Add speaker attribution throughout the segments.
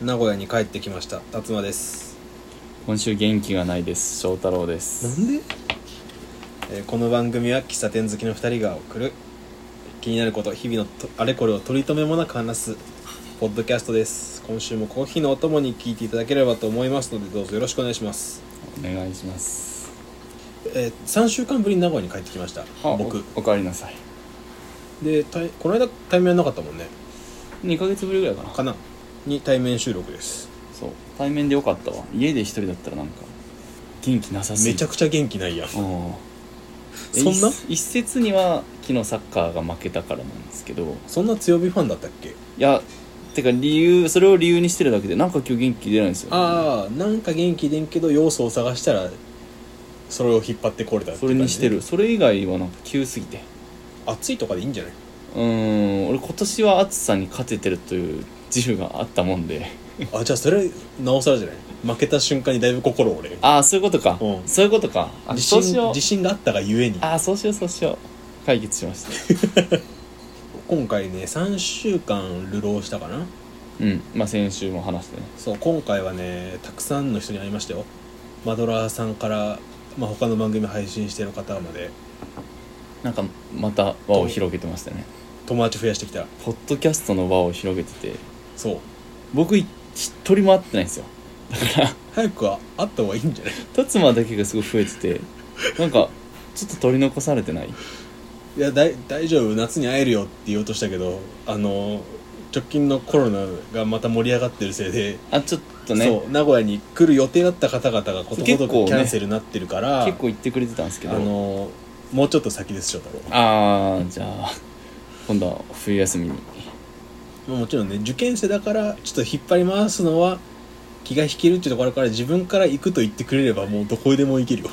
Speaker 1: 名古屋に帰ってきました辰馬です、
Speaker 2: 今週元気がないです翔太郎です
Speaker 1: んで、えーこの番組は喫茶店好きの2人が送る気になること日々のとあれこれを取り留めもなく話すポッドキャストです今週もコーヒーのお供に聞いていただければと思いますのでどうぞよろしくお願いします、
Speaker 2: お願いします
Speaker 1: えー、3週間ぶりに名古屋に帰ってきました
Speaker 2: あ
Speaker 1: 僕
Speaker 2: おおかえりなさい
Speaker 1: で対この間対面なかったもんね
Speaker 2: 2ヶ月ぶりぐらいかな
Speaker 1: かなに対面収録です
Speaker 2: そう対面でよかったわ家で一人だったらなんか元気なさすぎ
Speaker 1: めちゃ
Speaker 2: く
Speaker 1: くちゃ元気ないやん
Speaker 2: ちゃうん
Speaker 1: そんな
Speaker 2: え一一説には昨日サッカーが負けたからなんですけど
Speaker 1: そんな強火ファンだったっけ
Speaker 2: いやてか理由それを理由にしてるだけでなんか今日元気出ないんですよ、
Speaker 1: ああなんか元気でんけど要素を探したらそれを引っ張ってこれたって
Speaker 2: そ
Speaker 1: いう
Speaker 2: れ
Speaker 1: 感
Speaker 2: に
Speaker 1: じ
Speaker 2: してるそれ以外はなんか急すぎて
Speaker 1: 暑いとかでいいんじゃないう
Speaker 2: ーん俺今年は暑さに勝ててるという自負があったもんで
Speaker 1: あじゃあそれなおさらじゃない負けた瞬間にだいぶ心折れる
Speaker 2: ああそういうことか、
Speaker 1: うん
Speaker 2: そういうことかあ
Speaker 1: 自
Speaker 2: そうし
Speaker 1: 信
Speaker 2: よう
Speaker 1: 自信があったがゆえに
Speaker 2: ああそうしようそうしよう解決しました
Speaker 1: 今回ね3週間流浪したかな
Speaker 2: うんまあ先週も話してね
Speaker 1: そう今回はねたくさんの人に会いましたよマドラーさんから、まあ、他の番組配信してる方まで
Speaker 2: なんかまた輪を広げてましたね
Speaker 1: 友達増やしてきた
Speaker 2: ポッドキャストの輪を広げてて
Speaker 1: そう
Speaker 2: 僕い一人も会ってないんですよ
Speaker 1: 早くは会った方がいいんじゃない
Speaker 2: 達馬だけがすごい増えててなんかちょっと取り残されてない
Speaker 1: いやだい大丈夫夏に会えるよって言おうとしたけどあの直近のコロナがまた盛り上がってるせいで、
Speaker 2: あちょっとね
Speaker 1: そう名古屋に来る予定だった方々がことご
Speaker 2: 結
Speaker 1: とく
Speaker 2: 構ね
Speaker 1: キャンセルになってるから、
Speaker 2: 結構言ってくれてたんですけど
Speaker 1: あのもうちょっと先です翔太
Speaker 2: あーじゃあ今度は冬休みに
Speaker 1: 郎もちろんね受験生だからちょっと引っ張り回すのは気が引けるっていうところから自分から行くと言ってくれればもうどこへでも行けるよ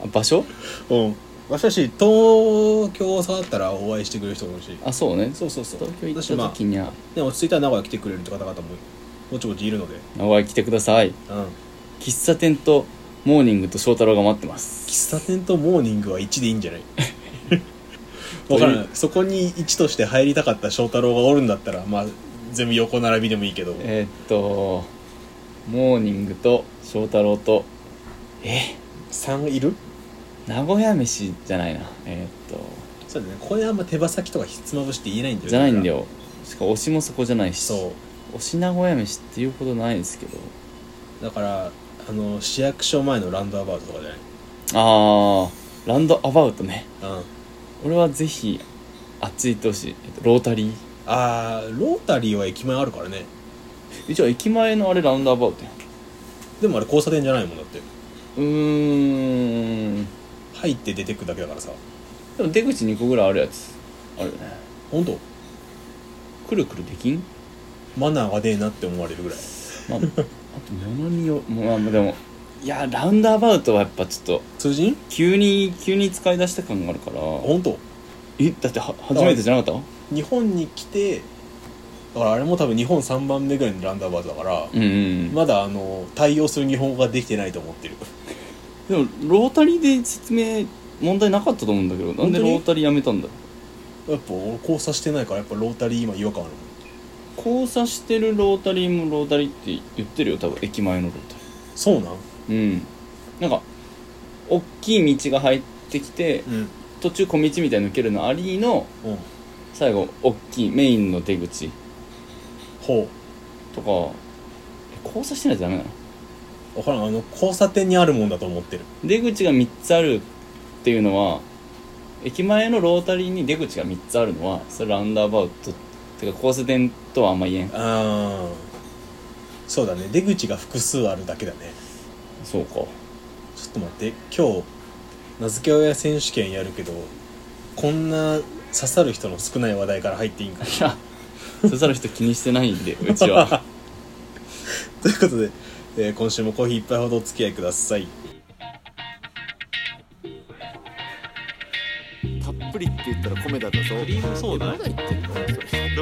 Speaker 2: あ場所
Speaker 1: うんわしだし東京さだったらお会いしてくれる人もいるし
Speaker 2: あそうね
Speaker 1: そうそうそう
Speaker 2: 東京行
Speaker 1: だしま
Speaker 2: った
Speaker 1: あ
Speaker 2: 時には
Speaker 1: ね落ち着いたら名古屋来てくれるって方々もぼちぼちいるので
Speaker 2: 名古屋来てください
Speaker 1: うん
Speaker 2: 喫茶店とモーニングと翔太郎が待ってます
Speaker 1: 喫茶店とモーニングは1でいいんじゃ ないわからないそこに1として入りたかった翔太郎がおるんだったらまあ全部横並びでもいいけど
Speaker 2: えーっとモーニングと翔太郎とえ
Speaker 1: 3いる
Speaker 2: 名古屋飯じゃないなえーっ
Speaker 1: そうだねこれあんま手羽先とかひつまぶしって言えないんだ
Speaker 2: と
Speaker 1: よ
Speaker 2: じゃないんだよしかも推しもそこじゃないし
Speaker 1: そ
Speaker 2: 推し名古屋飯っていうことないですけど
Speaker 1: うだからあの市役所前のランドアバウトとかじゃない
Speaker 2: あーランドアバウトね
Speaker 1: うん
Speaker 2: 俺はぜひあっち行ってほしい、えっと、ロータリー
Speaker 1: あーロータリーは駅前あるからね
Speaker 2: えじゃあ駅前のあれランドアバウトやん
Speaker 1: でもあれ交差点じゃないもんだって
Speaker 2: うーん
Speaker 1: 入って出てくだけだからさ
Speaker 2: でも出口2個ぐらいあるやつあるよね
Speaker 1: 本当
Speaker 2: くるくるできん
Speaker 1: マナーがねえなって思われるぐらい
Speaker 2: まあ、あと物によまあでもいやラウンドアバウトはやっぱちょっと
Speaker 1: 通じん
Speaker 2: 急に急に使い出した感があるから
Speaker 1: 本当
Speaker 2: えだっては初めてじゃなかっ
Speaker 1: 日本に来てだからあれも多分日本3番目ぐらいのランダーバーズだから、
Speaker 2: たうんうん、
Speaker 1: まだあの対応する日本語ができてないと思ってる
Speaker 2: でもロータリーで説明問題なかったと思うんだけどなんで
Speaker 1: 本当
Speaker 2: ロ
Speaker 1: に
Speaker 2: ータリーやめたんだろう
Speaker 1: やっぱ俺交差してないからやっぱロータリー今違和感あるもん
Speaker 2: 交差してるロータリーもロータリーって言ってるよ多分駅前のロータ
Speaker 1: そうなん
Speaker 2: リーうんなんか大きい道が入ってきて
Speaker 1: うん
Speaker 2: 途中小道みたいに抜けるのありの
Speaker 1: うん
Speaker 2: 最後大きいメインの出口
Speaker 1: ほ
Speaker 2: とかえ交差してないとダメなの
Speaker 1: う分からんあの交差点にあるもんだと思ってる
Speaker 2: 出口が3つあるっていうのは駅前のロータリーに出口が3つあるのはそれラウンドアバウトってか交差点とはあんま言えん
Speaker 1: あーそうだね出口が複数あるだけだね
Speaker 2: そうか
Speaker 1: ちょっと待って今日名付け親選手権やるけどこんな刺さる人の少ない話題から入っていいんかない
Speaker 2: や刺さる人気にしてない んでうちは
Speaker 1: ということで、えー今週もコーヒー一杯ほどお付き合いください
Speaker 3: たっぷりって言ったら米田だぞ。
Speaker 4: そうだ
Speaker 3: 言ってんの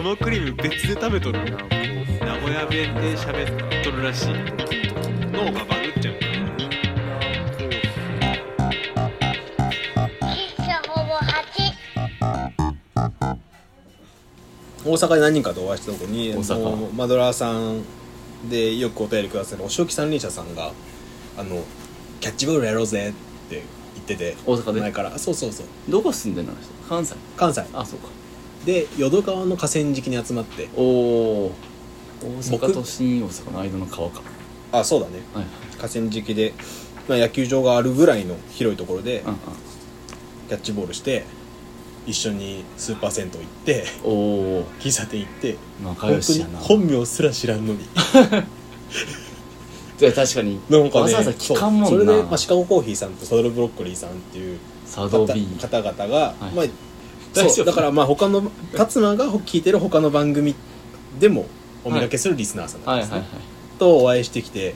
Speaker 4: 生クリーム別で食べとる名古屋弁で喋っとるらしい脳がバグっちゃう
Speaker 5: 喫茶ほぼ8。
Speaker 1: 大阪で何人かとお会いしたとこに
Speaker 2: 大阪
Speaker 1: もうマドラーさんでよくお便りくださるお仕置き三輪車さんが「あのキャッチボールやろうぜ」って言ってて
Speaker 2: 大阪で
Speaker 1: 前からそうそうそう
Speaker 2: どこ住んでるのあの人関西
Speaker 1: 関西
Speaker 2: あそうか
Speaker 1: で淀川の河川敷に集まって
Speaker 2: おお大阪
Speaker 1: 僕
Speaker 2: と新大阪の間の川か
Speaker 1: あそうだね
Speaker 2: はいはい
Speaker 1: 河川敷で、まあ、野球場があるぐらいの広いところで
Speaker 2: うんうん
Speaker 1: キャッチボールして一緒にスーパー銭湯行って
Speaker 2: おお
Speaker 1: 喫茶店行って
Speaker 2: 仲
Speaker 1: 本
Speaker 2: 良
Speaker 1: 当
Speaker 2: し
Speaker 1: に
Speaker 2: やな
Speaker 1: 本名すら知らんのに
Speaker 2: いや確かに
Speaker 1: なんかね
Speaker 2: わざわざ聞かんもんな
Speaker 1: そうそれで、まあ、シカゴコーヒーさんとサドルブロッコリーさんっていう
Speaker 2: サ
Speaker 1: 方
Speaker 2: ド
Speaker 1: 々
Speaker 2: ビー
Speaker 1: が、
Speaker 2: はい
Speaker 1: まあ
Speaker 2: 大丈
Speaker 1: そう
Speaker 2: 夫
Speaker 1: だからまあ他の辰馬が聞いてる他の番組でもお見かけするリスナーさんなん
Speaker 2: は
Speaker 1: です
Speaker 2: いはい
Speaker 1: ね、
Speaker 2: はい
Speaker 1: とお会いしてきて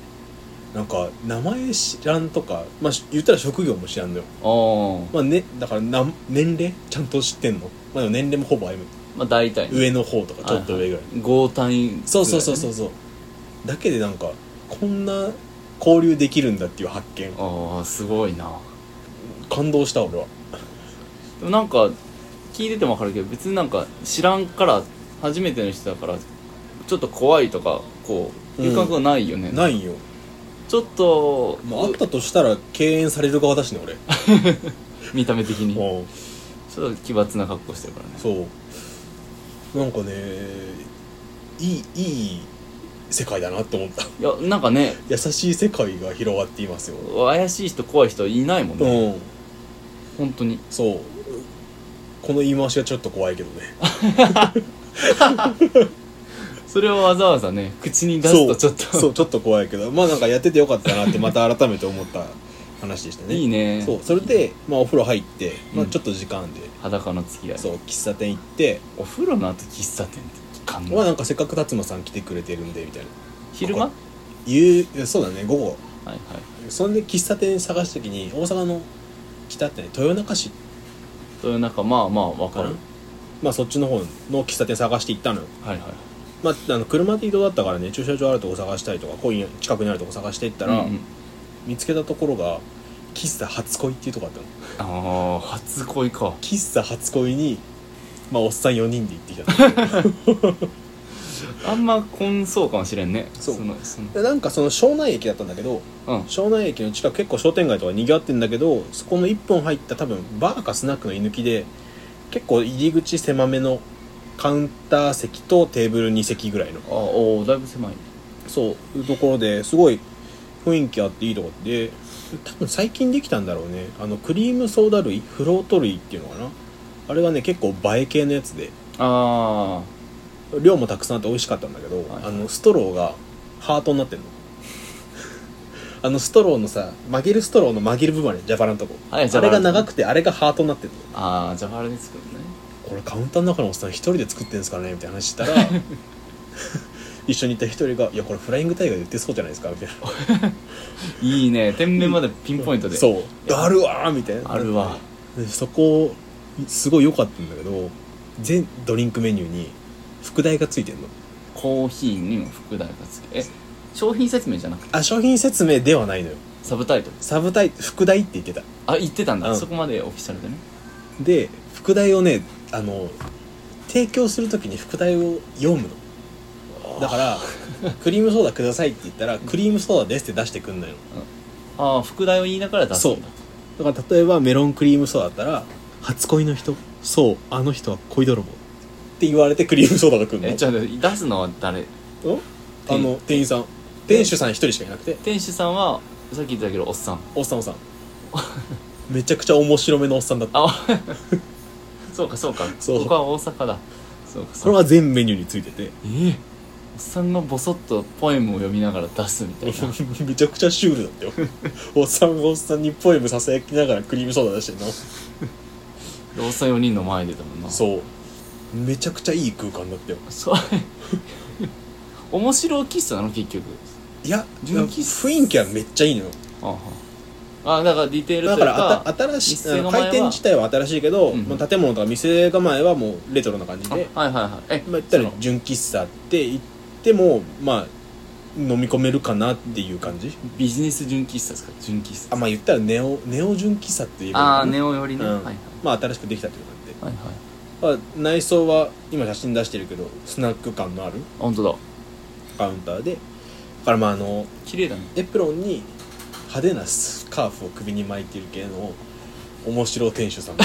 Speaker 1: なんか名前知らんとか、まあ、言ったら職業も知らんのよ、
Speaker 2: おお
Speaker 1: まあね、だからな年齢ちゃんと知ってんの、まあ、でも年齢もほぼ歩む
Speaker 2: まあ大体ね
Speaker 1: 上の方とかちょっと上ぐらい、
Speaker 2: 豪単位
Speaker 1: そうそうそうそううそうだけでなんかこんな交流できるんだっていう発見
Speaker 2: ああすごいな
Speaker 1: 感動した俺は
Speaker 2: でもなんか聞いてても分かるけど別になんか知らんから初めての人だからちょっと怖いとかこういう感覚はないよね、
Speaker 1: ないよ、
Speaker 2: ちょっと、
Speaker 1: まあ、あったとしたら敬遠される側だしね俺
Speaker 2: 見た目的に
Speaker 1: うん
Speaker 2: ちょっと奇抜な格好してるからね
Speaker 1: そうなんかねいいいい世界だなって思った
Speaker 2: いやなんかね
Speaker 1: 優しい世界が広がっていますよ
Speaker 2: 怪しい人怖い人いないもん
Speaker 1: う
Speaker 2: ね、
Speaker 1: ん
Speaker 2: 本当に
Speaker 1: そうこの言い回しはちょっと怖いけどね
Speaker 2: それをわざわざね口に出す
Speaker 1: そ
Speaker 2: と
Speaker 1: う
Speaker 2: ちょっと
Speaker 1: そうちょっと怖いけどまあなんかやっててよかったなってまた改めて思った話でしたね
Speaker 2: いいね
Speaker 1: そうそれで、まあ、お風呂入って、まあ、
Speaker 2: うん
Speaker 1: ちょっと時間で、
Speaker 2: 裸の付き合い
Speaker 1: そう喫茶店行って、
Speaker 2: お風呂の後喫茶店って聞かん
Speaker 1: まあな
Speaker 2: なん
Speaker 1: かせっかく辰馬さん来てくれてるんでみたいな
Speaker 2: 昼間
Speaker 1: わ
Speaker 2: は
Speaker 1: かいういやそうだね午後
Speaker 2: いはい
Speaker 1: そんで喫茶店探す時に大阪の北ってね豊中市
Speaker 2: という中まあまあ分か
Speaker 1: かな
Speaker 2: る
Speaker 1: まあそっちの方の喫茶店探して行ったのよ
Speaker 2: はいはい
Speaker 1: まあ、あの車で移動だったからね駐車場あるとこ探したりとかコイン近くにあるとこ探していったら、
Speaker 2: うんうん
Speaker 1: 見つけたところが喫茶初恋っていうとこあったの
Speaker 2: ああ初恋か
Speaker 1: 喫茶初恋にまあおっさん4人で行ってきたの
Speaker 2: あんま混そうかもしれんね
Speaker 1: そう
Speaker 2: のその
Speaker 1: でなんかその庄内駅だったんだけど
Speaker 2: うん
Speaker 1: 庄内駅の近く結構商店街とかにぎわってんだけどそこの1本入った多分バーかスナックの居抜きで結構入り口狭めのカウンター席とテーブル2席ぐらいの
Speaker 2: あおーだいぶ狭いね
Speaker 1: そういうところですごい雰囲気あっていいとこで多分最近できたんだろうねあのクリームソーダ類フロート類っていうのかなあれがね結構映え系のやつで
Speaker 2: あ
Speaker 1: 量もたくさんあって美味しかったんだけど、
Speaker 2: はい
Speaker 1: あのストローがハートになってんの あのストローのさ曲げるストローの曲げる部分あるジャパラのとこ、
Speaker 2: はい
Speaker 1: あれが長
Speaker 2: く
Speaker 1: くてあれがハートになってんの
Speaker 2: ああじゃああれですけどね
Speaker 1: これカウンターの中のおっさん一人で作ってんですかねみたいな話 したら一緒に行った一人が「いやこれフライングタイガーで売ってそうじゃないですか」みたいない
Speaker 2: いね店名までピンポイントで
Speaker 1: そうあるわーみたいな
Speaker 2: あるわ
Speaker 1: でそこすごい良かったんだけど全ドリンクメニューに副題がついてんの
Speaker 2: コーヒーにも副題がつけえ商品説明じゃなくて
Speaker 1: あ商品説明ではないのよ
Speaker 2: サブタイトル
Speaker 1: サブタイ副題って言ってた
Speaker 2: あ言ってたんだ、
Speaker 1: うん
Speaker 2: そこまでオフィシャルでね
Speaker 1: で副題をねあの提供するときに副題を読むのだから「クリームソーダください」って言ったら「クリームソーダです」って出してくんのよ
Speaker 2: ああ副題を言いながら出すんだ
Speaker 1: だから例えばメロンクリームソーダだったら「初恋の人そうあの人は恋泥棒」って言われてクリームソーダが来るの
Speaker 2: えじゃあ出すのは誰
Speaker 1: おあの店員さん
Speaker 2: 店
Speaker 1: 店主さん一人しかいなくて
Speaker 2: 店主さんはさっき言ってたけどおっさん
Speaker 1: おっさんおっ さんめちゃくちゃ面白めのおっさんだった
Speaker 2: あそうかそうか
Speaker 1: そう
Speaker 2: ここは大阪だそうか
Speaker 1: それ
Speaker 2: うか
Speaker 1: は全メニューについてて
Speaker 2: ええおっさんがボソッとポエムを読みながら出すみたいな
Speaker 1: めちゃくちゃシュールだったよ おっさんがおっさんにポエムささやきながらクリームソーダ出してんの
Speaker 2: でおっさん4人の前でだもんな
Speaker 1: そうめちゃくちゃいい空間だったよ
Speaker 2: そう 面白喫茶なの結局
Speaker 1: いや
Speaker 2: 純喫茶
Speaker 1: 雰囲気はめっちゃいいのよ
Speaker 2: あああだからディテールとい
Speaker 1: だ
Speaker 2: う
Speaker 1: か
Speaker 2: から
Speaker 1: あた新しい
Speaker 2: 店
Speaker 1: あの
Speaker 2: 構えは
Speaker 1: 開店自体は新しいけど、
Speaker 2: うんうん
Speaker 1: まあ、建物とか店構えはもうレトロな感じで
Speaker 2: あはいはいはいえ
Speaker 1: まあ、言った
Speaker 2: そ
Speaker 1: ら
Speaker 2: の
Speaker 1: 純喫茶って言ってもまあ飲み込めるかなっていう感じ
Speaker 2: ビジネス純喫茶ですか純喫茶
Speaker 1: あまあ言ったらネオネオ純喫茶って言えばいいの
Speaker 2: あ
Speaker 1: か
Speaker 2: ー
Speaker 1: な
Speaker 2: ネオよりね、
Speaker 1: うん
Speaker 2: はいはい
Speaker 1: まあ新しくできたってこと
Speaker 2: はいはい
Speaker 1: なんで、まあ、内装は今写真出してるけどスナック感のある
Speaker 2: 本当だ
Speaker 1: カウンターでからまああの
Speaker 2: 綺麗だね
Speaker 1: エプロンに派手なスカーフを首に巻いてる系の面白店主さんで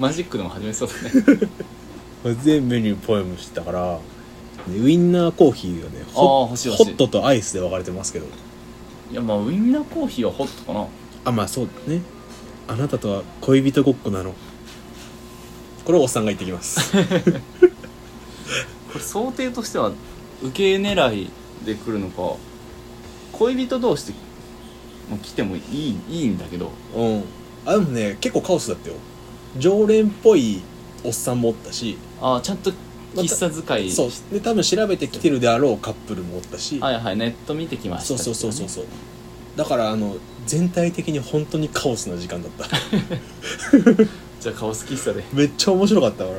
Speaker 2: マジックでも始めそうだね
Speaker 1: 全メニューポエムしてたからでウインナーコーヒーがね
Speaker 2: あ
Speaker 1: ホ
Speaker 2: ー欲しい
Speaker 1: ホ
Speaker 2: 欲しい
Speaker 1: ットとアイスで分かれてますけど
Speaker 2: いやまあウインナーコーヒーはホットかな
Speaker 1: あまあそうねあなたとは恋人ごっこなのこれをおっさんが言ってきます
Speaker 2: これ想定としては受け狙いで来るのか恋人同士でもう来てもいいいいんだけど
Speaker 1: うんあでもね結構カオスだったよ常連っぽいおっさんもおったし、
Speaker 2: ああちゃんと喫茶使い、
Speaker 1: そうで多分調べてきてるであろうカップルもおったし、
Speaker 2: はいはいネット見てきました
Speaker 1: そうそうそうそうそ
Speaker 2: う
Speaker 1: うだからあの全体的に本当にカオスな時間だった
Speaker 2: じゃあカオス喫茶 で
Speaker 1: めっちゃ面白かったから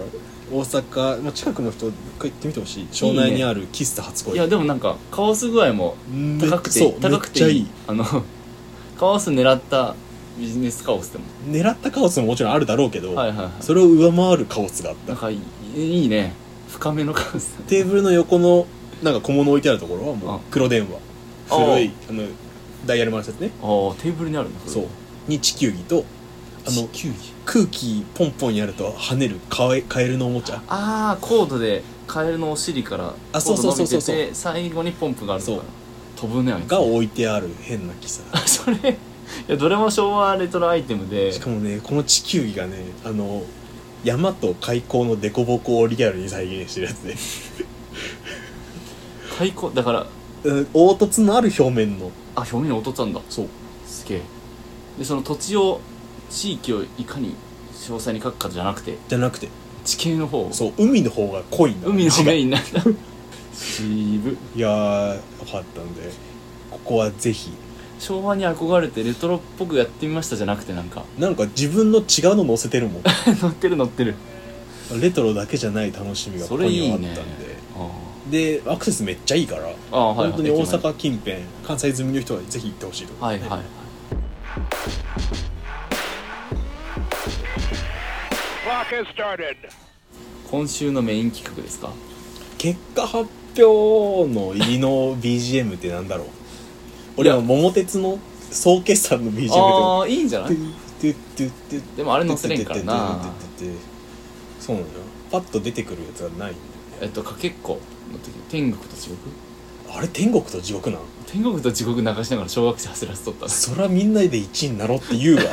Speaker 1: 大阪、まあ、近くの人一回行ってみてほしい庄内にある喫茶初恋
Speaker 2: いやでもなんかカオス具合も
Speaker 1: め
Speaker 2: 高くてい
Speaker 1: そ
Speaker 2: いう高くて
Speaker 1: めっちゃ
Speaker 2: い
Speaker 1: い
Speaker 2: い
Speaker 1: い
Speaker 2: あの カオス狙ったビジネスカオスでも
Speaker 1: 狙ったカオスももちろんあるだろうけど、
Speaker 2: はいはいはい
Speaker 1: それを上回るカオスがあっ
Speaker 2: なん
Speaker 1: た
Speaker 2: かいいいいね深めのカオス
Speaker 1: テーブルの横のなんか小物置いてあるところはもう
Speaker 2: あ
Speaker 1: 黒電話
Speaker 2: あー
Speaker 1: 古いあのダイヤル回したやつね
Speaker 2: ああテーブルにあるんだこれ
Speaker 1: そうに地球儀とあの
Speaker 2: 地球儀
Speaker 1: 空気ポンポンやると跳ねるカエカエルのおもちゃ
Speaker 2: ああコードでカエルのお尻から
Speaker 1: あ
Speaker 2: コ
Speaker 1: そう
Speaker 2: ー
Speaker 1: そ
Speaker 2: ド
Speaker 1: う
Speaker 2: 伸
Speaker 1: そう
Speaker 2: び
Speaker 1: そうそ
Speaker 2: て
Speaker 1: う
Speaker 2: て最後にポンプがあるか
Speaker 1: そう
Speaker 2: ら飛ぶねあいつ
Speaker 1: が置いてある変な喫茶
Speaker 2: あ それいやどれも昭和レトロアイテムで
Speaker 1: しかもねこの地球儀がねあの山と海溝の凸凹をリアルに再現してるやつで
Speaker 2: 太鼓だから
Speaker 1: うん 凹凸のある表面の
Speaker 2: あ表面に劣ったんだ
Speaker 1: そう
Speaker 2: すげえでその土地を地域をいかに詳細に書くかじゃなくて
Speaker 1: じゃなくて
Speaker 2: 地形の方を
Speaker 1: そう海の方が濃いんだ
Speaker 2: 海の
Speaker 1: 字が
Speaker 2: メインなんだ渋
Speaker 1: いやーよかったんでここはぜひ
Speaker 2: 昭和に憧れてレトロっぽくやってみましたじゃなくてなんか
Speaker 1: なんか自分の違うの載せてるもん
Speaker 2: 乗ってる乗ってる
Speaker 1: レトロだけじゃない楽しみがこ
Speaker 2: そ
Speaker 1: こ
Speaker 2: れい
Speaker 1: に
Speaker 2: い
Speaker 1: はあっ
Speaker 2: ね
Speaker 1: たん
Speaker 2: あ
Speaker 1: ででアクセスめっちゃいいから
Speaker 2: あああはい
Speaker 1: 本当に大
Speaker 2: 駅前
Speaker 1: 阪近辺関西済みの人はぜひ行ってほしいと
Speaker 2: はいはいはい今週のメイン企画ですか
Speaker 1: 結果発表の入りの BGM ってなんだろう俺は桃鉄の総決算の BGM
Speaker 2: ああいいんじゃな
Speaker 1: で
Speaker 2: い
Speaker 1: トゥトゥトゥ
Speaker 2: でもあれ載せれんからな
Speaker 1: トゥトゥトゥトゥトゥトゥそうなのよパッと出てくるやつがないんだよ
Speaker 2: えっとかけっこの時天国と地獄
Speaker 1: あれ天国と地獄なん
Speaker 2: 天国と地獄流しながら小学生走らせとったな
Speaker 1: そりゃみんなで1位になろうって言う わ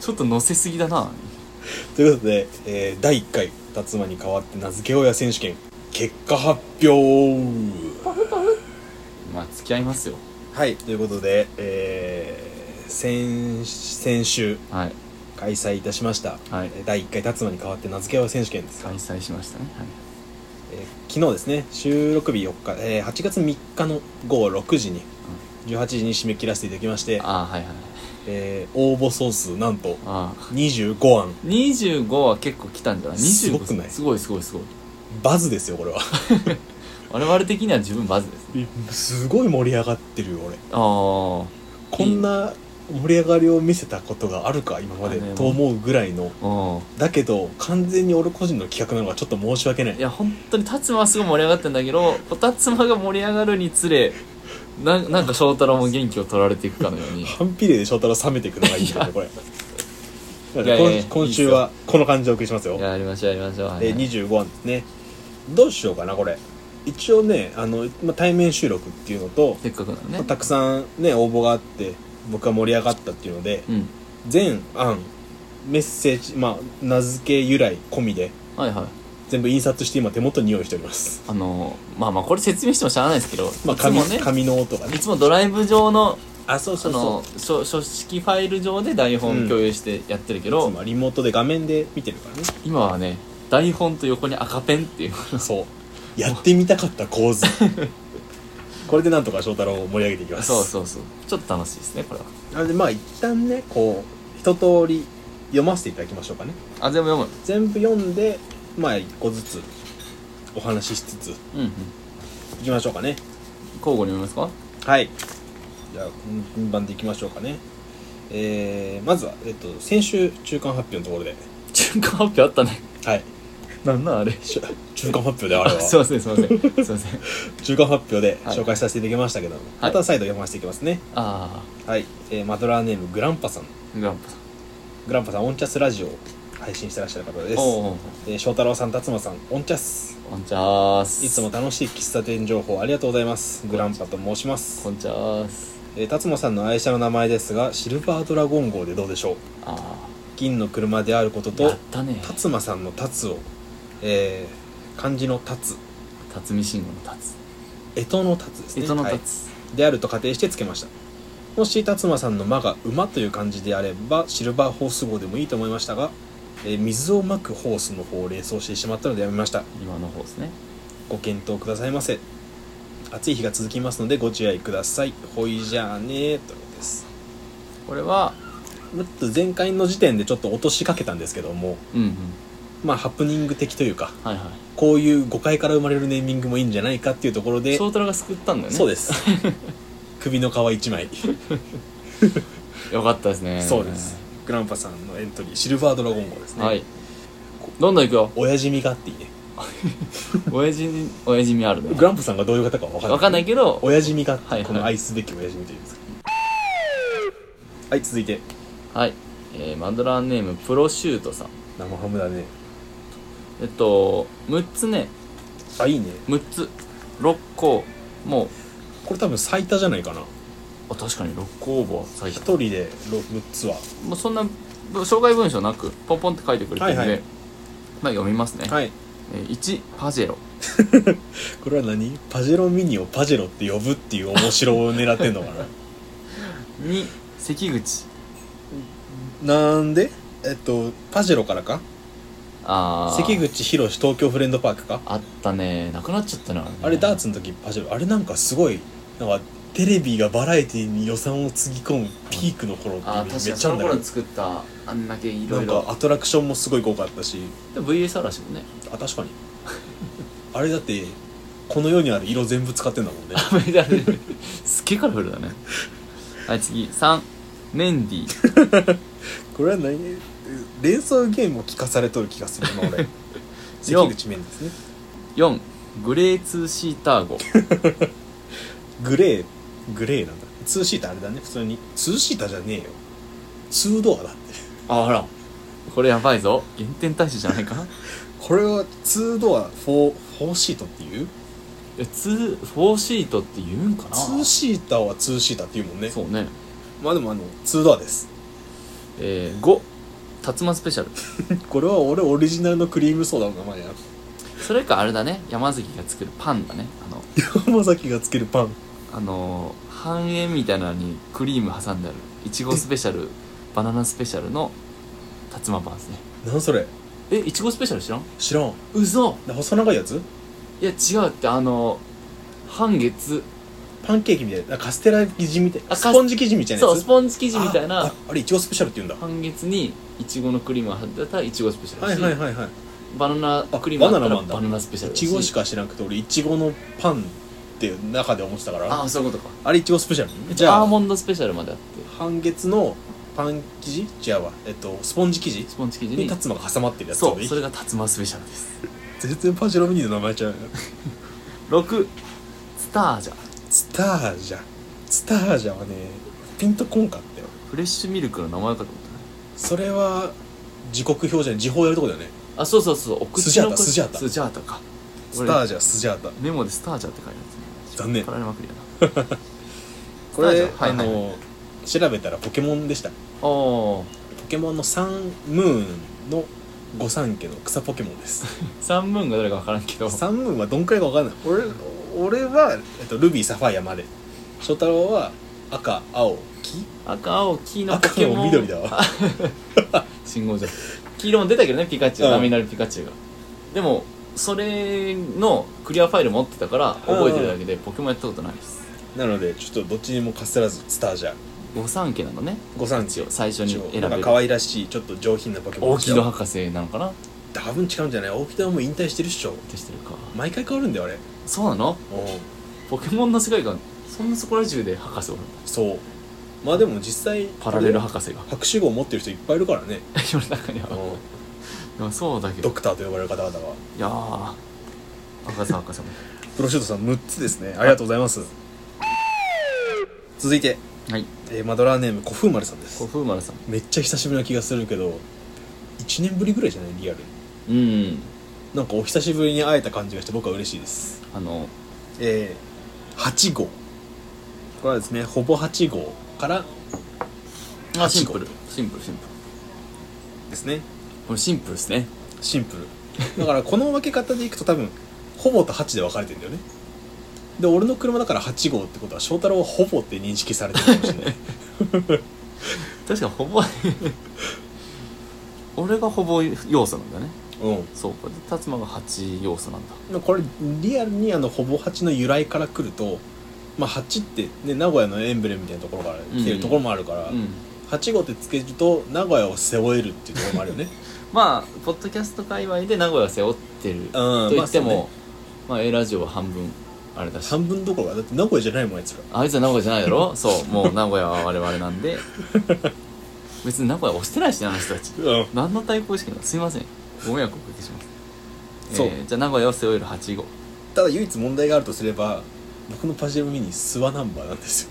Speaker 2: ちょっと乗せすぎだな
Speaker 1: ということで、えー第1回「辰馬に代わって名付け親選手権」結果発表
Speaker 2: まあ付き合いますよ
Speaker 1: はいということで、えー先先週
Speaker 2: はい
Speaker 1: 開催いたしました、
Speaker 2: はい
Speaker 1: えー第1回辰馬に代わって名付け親選手権です、
Speaker 2: 開催しましたねはい
Speaker 1: えー昨日ですね収録日4日、えー8月3日の午後6時に18時に締め切らせていただきまして、
Speaker 2: ああはいはい
Speaker 1: えー応募総数なんと
Speaker 2: ああ
Speaker 1: 25案
Speaker 2: 25は結構来たんじゃない25
Speaker 1: すごくない
Speaker 2: すごいすごいすごい
Speaker 1: バズですよこれは
Speaker 2: 我々的には自分バズですね
Speaker 1: すごい盛り上がってるよ俺
Speaker 2: あ
Speaker 1: こんな盛り上がりを見せたことがあるか今まで
Speaker 2: あれも
Speaker 1: と思うぐらいの
Speaker 2: あうん
Speaker 1: だけど完全に俺個人の企画なのがちょっと申し訳ない
Speaker 2: いや本当に辰馬はすごい盛り上がってんだけどこう辰馬が盛り上がるにつれななんか翔太郎も元気を取られていくかのよ うに
Speaker 1: 反比例で翔太郎冷めていくのがいいんだよねこれ
Speaker 2: いやいやいや
Speaker 1: 今今週はこの感じをお送りしますよ
Speaker 2: やりましょうやりましょう、はい
Speaker 1: で25案ですねどうしようかなこれ一応ねあの、まあ、対面収録っていうのと、
Speaker 2: せっかくなの
Speaker 1: ま
Speaker 2: ね
Speaker 1: あたくさんね応募があって僕は盛り上がったっていうので
Speaker 2: うん
Speaker 1: 全案メッセージまあ名付け由来込みで
Speaker 2: はいはい
Speaker 1: 全部印刷して今手元に用意しております
Speaker 2: あのまあまあこれ説明してもしゃあないですけど、
Speaker 1: まあ
Speaker 2: いつ
Speaker 1: 紙,、
Speaker 2: もね
Speaker 1: 紙の音がね
Speaker 2: いつもドライブ上の
Speaker 1: あそう
Speaker 2: あの書書式ファイル上で台本共有してやってるけど、
Speaker 1: つまりリモートで画面で見てるからね
Speaker 2: 今はね台本と横に赤ペンっていう
Speaker 1: そうやってみたかった構 図これでなんとか翔太郎を盛り上げていきます
Speaker 2: そうそうそう ちょっと楽しいですねこれは
Speaker 1: なのでまあ一旦ねこう一通り読ませていただきましょうかね
Speaker 2: あ全部読む
Speaker 1: 全部読んでまあ一個ずつお話ししつつい
Speaker 2: うん、うん、
Speaker 1: きましょうかね
Speaker 2: 交互に読みますか
Speaker 1: はいじゃあ順番でいきましょうかねえー、まずは、えっと、先週中間発表のところで
Speaker 2: 中間発表あったね
Speaker 1: はい
Speaker 2: なんなんあれしょ
Speaker 1: 中間発表であれ
Speaker 2: あすい
Speaker 1: は
Speaker 2: ませんすいませんすいません
Speaker 1: 中間発表で
Speaker 2: はい
Speaker 1: 紹介させていただきましたけども、また再度読ませていきますね
Speaker 2: あ
Speaker 1: はい、えーマドラーネームグランパさん
Speaker 2: あグランパさん
Speaker 1: グランパさんオンチャスラジオを配信してらっしゃる方です、
Speaker 2: おうおう
Speaker 1: えー翔太郎さん辰馬さんオンチャス
Speaker 2: こんちゃーす
Speaker 1: いつも楽しい喫茶店情報ありがとうございますグランパと申します
Speaker 2: こんちゃーす
Speaker 1: えー辰馬さんの愛車の名前ですがシルバードラゴン号でどうでしょう
Speaker 2: あ
Speaker 1: 銀の車であること
Speaker 2: あや
Speaker 1: と
Speaker 2: ったね
Speaker 1: 辰馬さんの辰を、えー漢字の辰
Speaker 2: 辰巳慎吾の辰
Speaker 1: 干支の辰ですね
Speaker 2: 江戸の
Speaker 1: はい
Speaker 2: 辰
Speaker 1: であると仮定してつけましたもし辰馬さんの「馬」が「馬」という漢字であればシルバーホース号でもいいと思いましたが、えー水をまくホースの方を連想してしまったのでやめました
Speaker 2: 今の方ですね
Speaker 1: ご検討くださいませ暑い日が続きますのでご注意くださいほいじゃあねーということです
Speaker 2: これは
Speaker 1: もっと前回の時点でちょっと落としかけたんですけども
Speaker 2: うんうん
Speaker 1: まあハプニング的というか
Speaker 2: はいは
Speaker 1: こういう誤解から生まれるネーミングもいいんじゃないかっていうところ
Speaker 2: い
Speaker 1: で
Speaker 2: 翔太郎が救ったんだよね
Speaker 1: そうです 首の皮一枚
Speaker 2: よかったですね
Speaker 1: そうです。グランパさんのエントリー、シルバードラゴン号ですね。
Speaker 2: はいどんどん行くよ
Speaker 1: 親父味があっていいね。
Speaker 2: 親父に親父味あるね
Speaker 1: グランパさんがどういう方かわかんない。
Speaker 2: わかんないけど
Speaker 1: 親父味があって、
Speaker 2: はいはい
Speaker 1: この愛すべき親父味というんですか。はい、続いて、
Speaker 2: はい、えー、マドラーネームプロシュートさん
Speaker 1: 生ハムだね。
Speaker 2: えっと6つね
Speaker 1: あ、いいね。
Speaker 2: 6つ6個もう
Speaker 1: これ多分最多じゃないかな。
Speaker 2: あ確かに6個応募は最
Speaker 1: 一
Speaker 2: 多
Speaker 1: 人でろ6つは。
Speaker 2: もうそんな紹介文章なくポンポンって書いてくれてるんで、
Speaker 1: はいはい
Speaker 2: まあ読みますね、
Speaker 1: はい。
Speaker 2: えー1パジェロ
Speaker 1: これは何パジェロミニをパジェロって呼ぶっていう面白を狙ってんのかな。
Speaker 2: 2関口
Speaker 1: なんでえっと、パジェロからか
Speaker 2: ああ
Speaker 1: 関口博東京フレンドパークか
Speaker 2: あったねなくなっちゃったな
Speaker 1: あれダー
Speaker 2: ツ
Speaker 1: ツの時パジェロあれなんかすごいなんかテレビがバラエティに予算をつぎ込むピークの頃って
Speaker 2: あ
Speaker 1: めっ
Speaker 2: ー確かに
Speaker 1: ちゃあ
Speaker 2: そ
Speaker 1: ん
Speaker 2: の
Speaker 1: だよ
Speaker 2: 頃作ったあんだけいろ
Speaker 1: ないん
Speaker 2: ろ
Speaker 1: かアトラクションもすごい豪華だった し
Speaker 2: VS 嵐 もね
Speaker 1: あ確かにあれだってこの世にある色全部使ってんだもんね
Speaker 2: メダルすっげえカラフルだねはい次3メンディー
Speaker 1: これは何連想ゲームを聞かされとる気がする今 俺関口メンですね
Speaker 2: 4グレーツーシーターゴ
Speaker 1: グレーグレーなんだツーシーターあれだね普通にツーシーターじゃねえよツードアだって
Speaker 2: ああらこれやばいぞ原点大使じゃない か
Speaker 1: これはツードアフォーフォーシートっていう
Speaker 2: えツーフォーシートって言うんかな
Speaker 1: ツーシーターはツーシーターっていうもんね
Speaker 2: そうね
Speaker 1: まあでもあのツードアです
Speaker 2: えー、5竜馬スペシャル
Speaker 1: これは俺オリジナルのクリームソーダの名前や
Speaker 2: それかあれだね山崎が作るパンだねあの
Speaker 1: 浜崎がつけるパン
Speaker 2: あのー半円みたいなのにクリーム挟んであるいちごスペシャルバナナスペシャルの竜馬パンですね
Speaker 1: なんそれ
Speaker 2: えいちごスペシャル知らん
Speaker 1: 知らん
Speaker 2: うそ
Speaker 1: で細長いやつ
Speaker 2: いや違うってあの半月
Speaker 1: パンケーキみたいなあカステラ生地みたい
Speaker 2: あカ
Speaker 1: な
Speaker 2: ス
Speaker 1: スポンジ生地みたいなや
Speaker 2: そ
Speaker 1: つ
Speaker 2: うスポンジ生地みたい
Speaker 1: あ
Speaker 2: な
Speaker 1: ああれいちごスペシャルって言うんだ
Speaker 2: 半月にいちごのクリームが貼ってたらいちごスペシャルだ
Speaker 1: はい
Speaker 2: し、
Speaker 1: はいはいはい
Speaker 2: バナナクリームがあっ
Speaker 1: バ
Speaker 2: た
Speaker 1: ナナも
Speaker 2: ら
Speaker 1: あんだ
Speaker 2: バナナスペシャル
Speaker 1: い
Speaker 2: だ
Speaker 1: ちごしか知らなくて俺いちごのパンっていう中で思ってたから
Speaker 2: あ
Speaker 1: あ
Speaker 2: あそういうことか
Speaker 1: れいちごスペシャルじ
Speaker 2: じ
Speaker 1: ゃ
Speaker 2: ゃ
Speaker 1: あ
Speaker 2: あアーモンドスペシャルまであって
Speaker 1: 半月のパン生地違うわえっとスポンジ生地
Speaker 2: スポンジ生地
Speaker 1: に
Speaker 2: に
Speaker 1: 竜馬が挟まってるやつ
Speaker 2: そうそれが竜馬スペシャルです
Speaker 1: 全然パジェロミニの名前ちゃうよ
Speaker 2: 6スタージャ
Speaker 1: スタージャスタージャはねピンとこんかったよ
Speaker 2: フレッシュミルクの名前かと思ったね
Speaker 1: それは時刻表じゃない時報やるとこだよね
Speaker 2: あそうそうそうお口
Speaker 1: スジャー
Speaker 2: の
Speaker 1: タ
Speaker 2: こ
Speaker 1: スジャータ
Speaker 2: スジャータか
Speaker 1: スタージャスジャータ
Speaker 2: 俺メモでスタージャーって書いてある
Speaker 1: 残念
Speaker 2: やつね取られまくりやな
Speaker 1: これ、
Speaker 2: スタージャ
Speaker 1: あ
Speaker 2: はいはいはい
Speaker 1: の調べたらポケモンでしたポ
Speaker 2: おー
Speaker 1: ケモンのサンムーンの御三家の草ポケモンです
Speaker 2: サンムーンが誰か分からんけど
Speaker 1: サンムーンはどんくらいかわかんない俺俺は、えっと、ルビーサファイアまで翔太郎は赤青黄
Speaker 2: 赤青黄のポ
Speaker 1: 赤
Speaker 2: ケモ
Speaker 1: 青
Speaker 2: ン
Speaker 1: 緑だわ
Speaker 2: 信号じゃん黄色も出たけどねピカチュウ
Speaker 1: うん
Speaker 2: 波なるピカチュウがでもそれのクリアファイル持ってたから覚えてるだけでポケモンやったことないです
Speaker 1: なのでちょっとどっちにもかすらずスタージャ
Speaker 2: 御三家なのね
Speaker 1: 御三
Speaker 2: 一
Speaker 1: 家
Speaker 2: 応最初に選
Speaker 1: なん
Speaker 2: べ
Speaker 1: か
Speaker 2: る
Speaker 1: 可愛らしいちょっと上品なポケモン
Speaker 2: 大
Speaker 1: でした
Speaker 2: 木
Speaker 1: よ
Speaker 2: 戸博士なのかなっ
Speaker 1: 多分違うんじゃない大木戸はもう引退してるっしょ
Speaker 2: てしてるか
Speaker 1: 毎回変わるんだよあれ
Speaker 2: そうなの
Speaker 1: うん
Speaker 2: ポケモンの世界観そんなそこら中で博士おるんだ
Speaker 1: そうまあでも実際
Speaker 2: パラレル
Speaker 1: 博
Speaker 2: 博士が
Speaker 1: 博士号持ってる人いっぱいいるからね
Speaker 2: 世の中には
Speaker 1: うん
Speaker 2: でもそうだけど
Speaker 1: ドクターと呼ばれる方々はい
Speaker 2: やー赤澤赤様
Speaker 1: プロシュートさん6つですねありがとうございます続いて、
Speaker 2: はい
Speaker 1: えーマドラーネーム古風丸さんです
Speaker 2: 小風丸さん
Speaker 1: めっちゃ久しぶりな気がするけど1年ぶりぐらいじゃないリアルに
Speaker 2: うん
Speaker 1: なんかお久しぶりに会えた感じがして僕は嬉しいです
Speaker 2: あの
Speaker 1: えー、8号これはですねほぼ8号から
Speaker 2: あシンプルシンプルシンプル
Speaker 1: ですね
Speaker 2: これシンプルですね
Speaker 1: シンプルだからこの分け方でいくと多分ほぼと8で分かれてんだよねで俺の車だから8号ってことは翔太郎はほぼって認識されてるかもしれない
Speaker 2: 確かにほぼ 俺がほぼ要素なんだね
Speaker 1: うん
Speaker 2: そうかで達馬が8要素なんだ
Speaker 1: まあこれリアルにあのほぼ8の由来から来ると、まあ、8って、ね、名古屋のエンブレムみたいなところから来てるところもあるから、
Speaker 2: うん
Speaker 1: 8号ってつけると名古屋を背負えるっていうところもあるよね
Speaker 2: まあポッドキャスト界隈で名古屋を背負ってると言っても、まあまあ A ラジオは半分あれだし
Speaker 1: 半分どころかだって名古屋じゃないもんあいつら
Speaker 2: あいつは名古屋じゃないだ ろそうもう名古屋は我々なんで別に名古屋押してないしねあの人たち
Speaker 1: うん
Speaker 2: 何の対抗意識なのすいませんご迷惑をおかけします
Speaker 1: そう
Speaker 2: えーじゃあ名古屋を背負える8号
Speaker 1: ただ唯一問題があるとすれば僕のパジェロミニ諏訪ナンバーなんですよ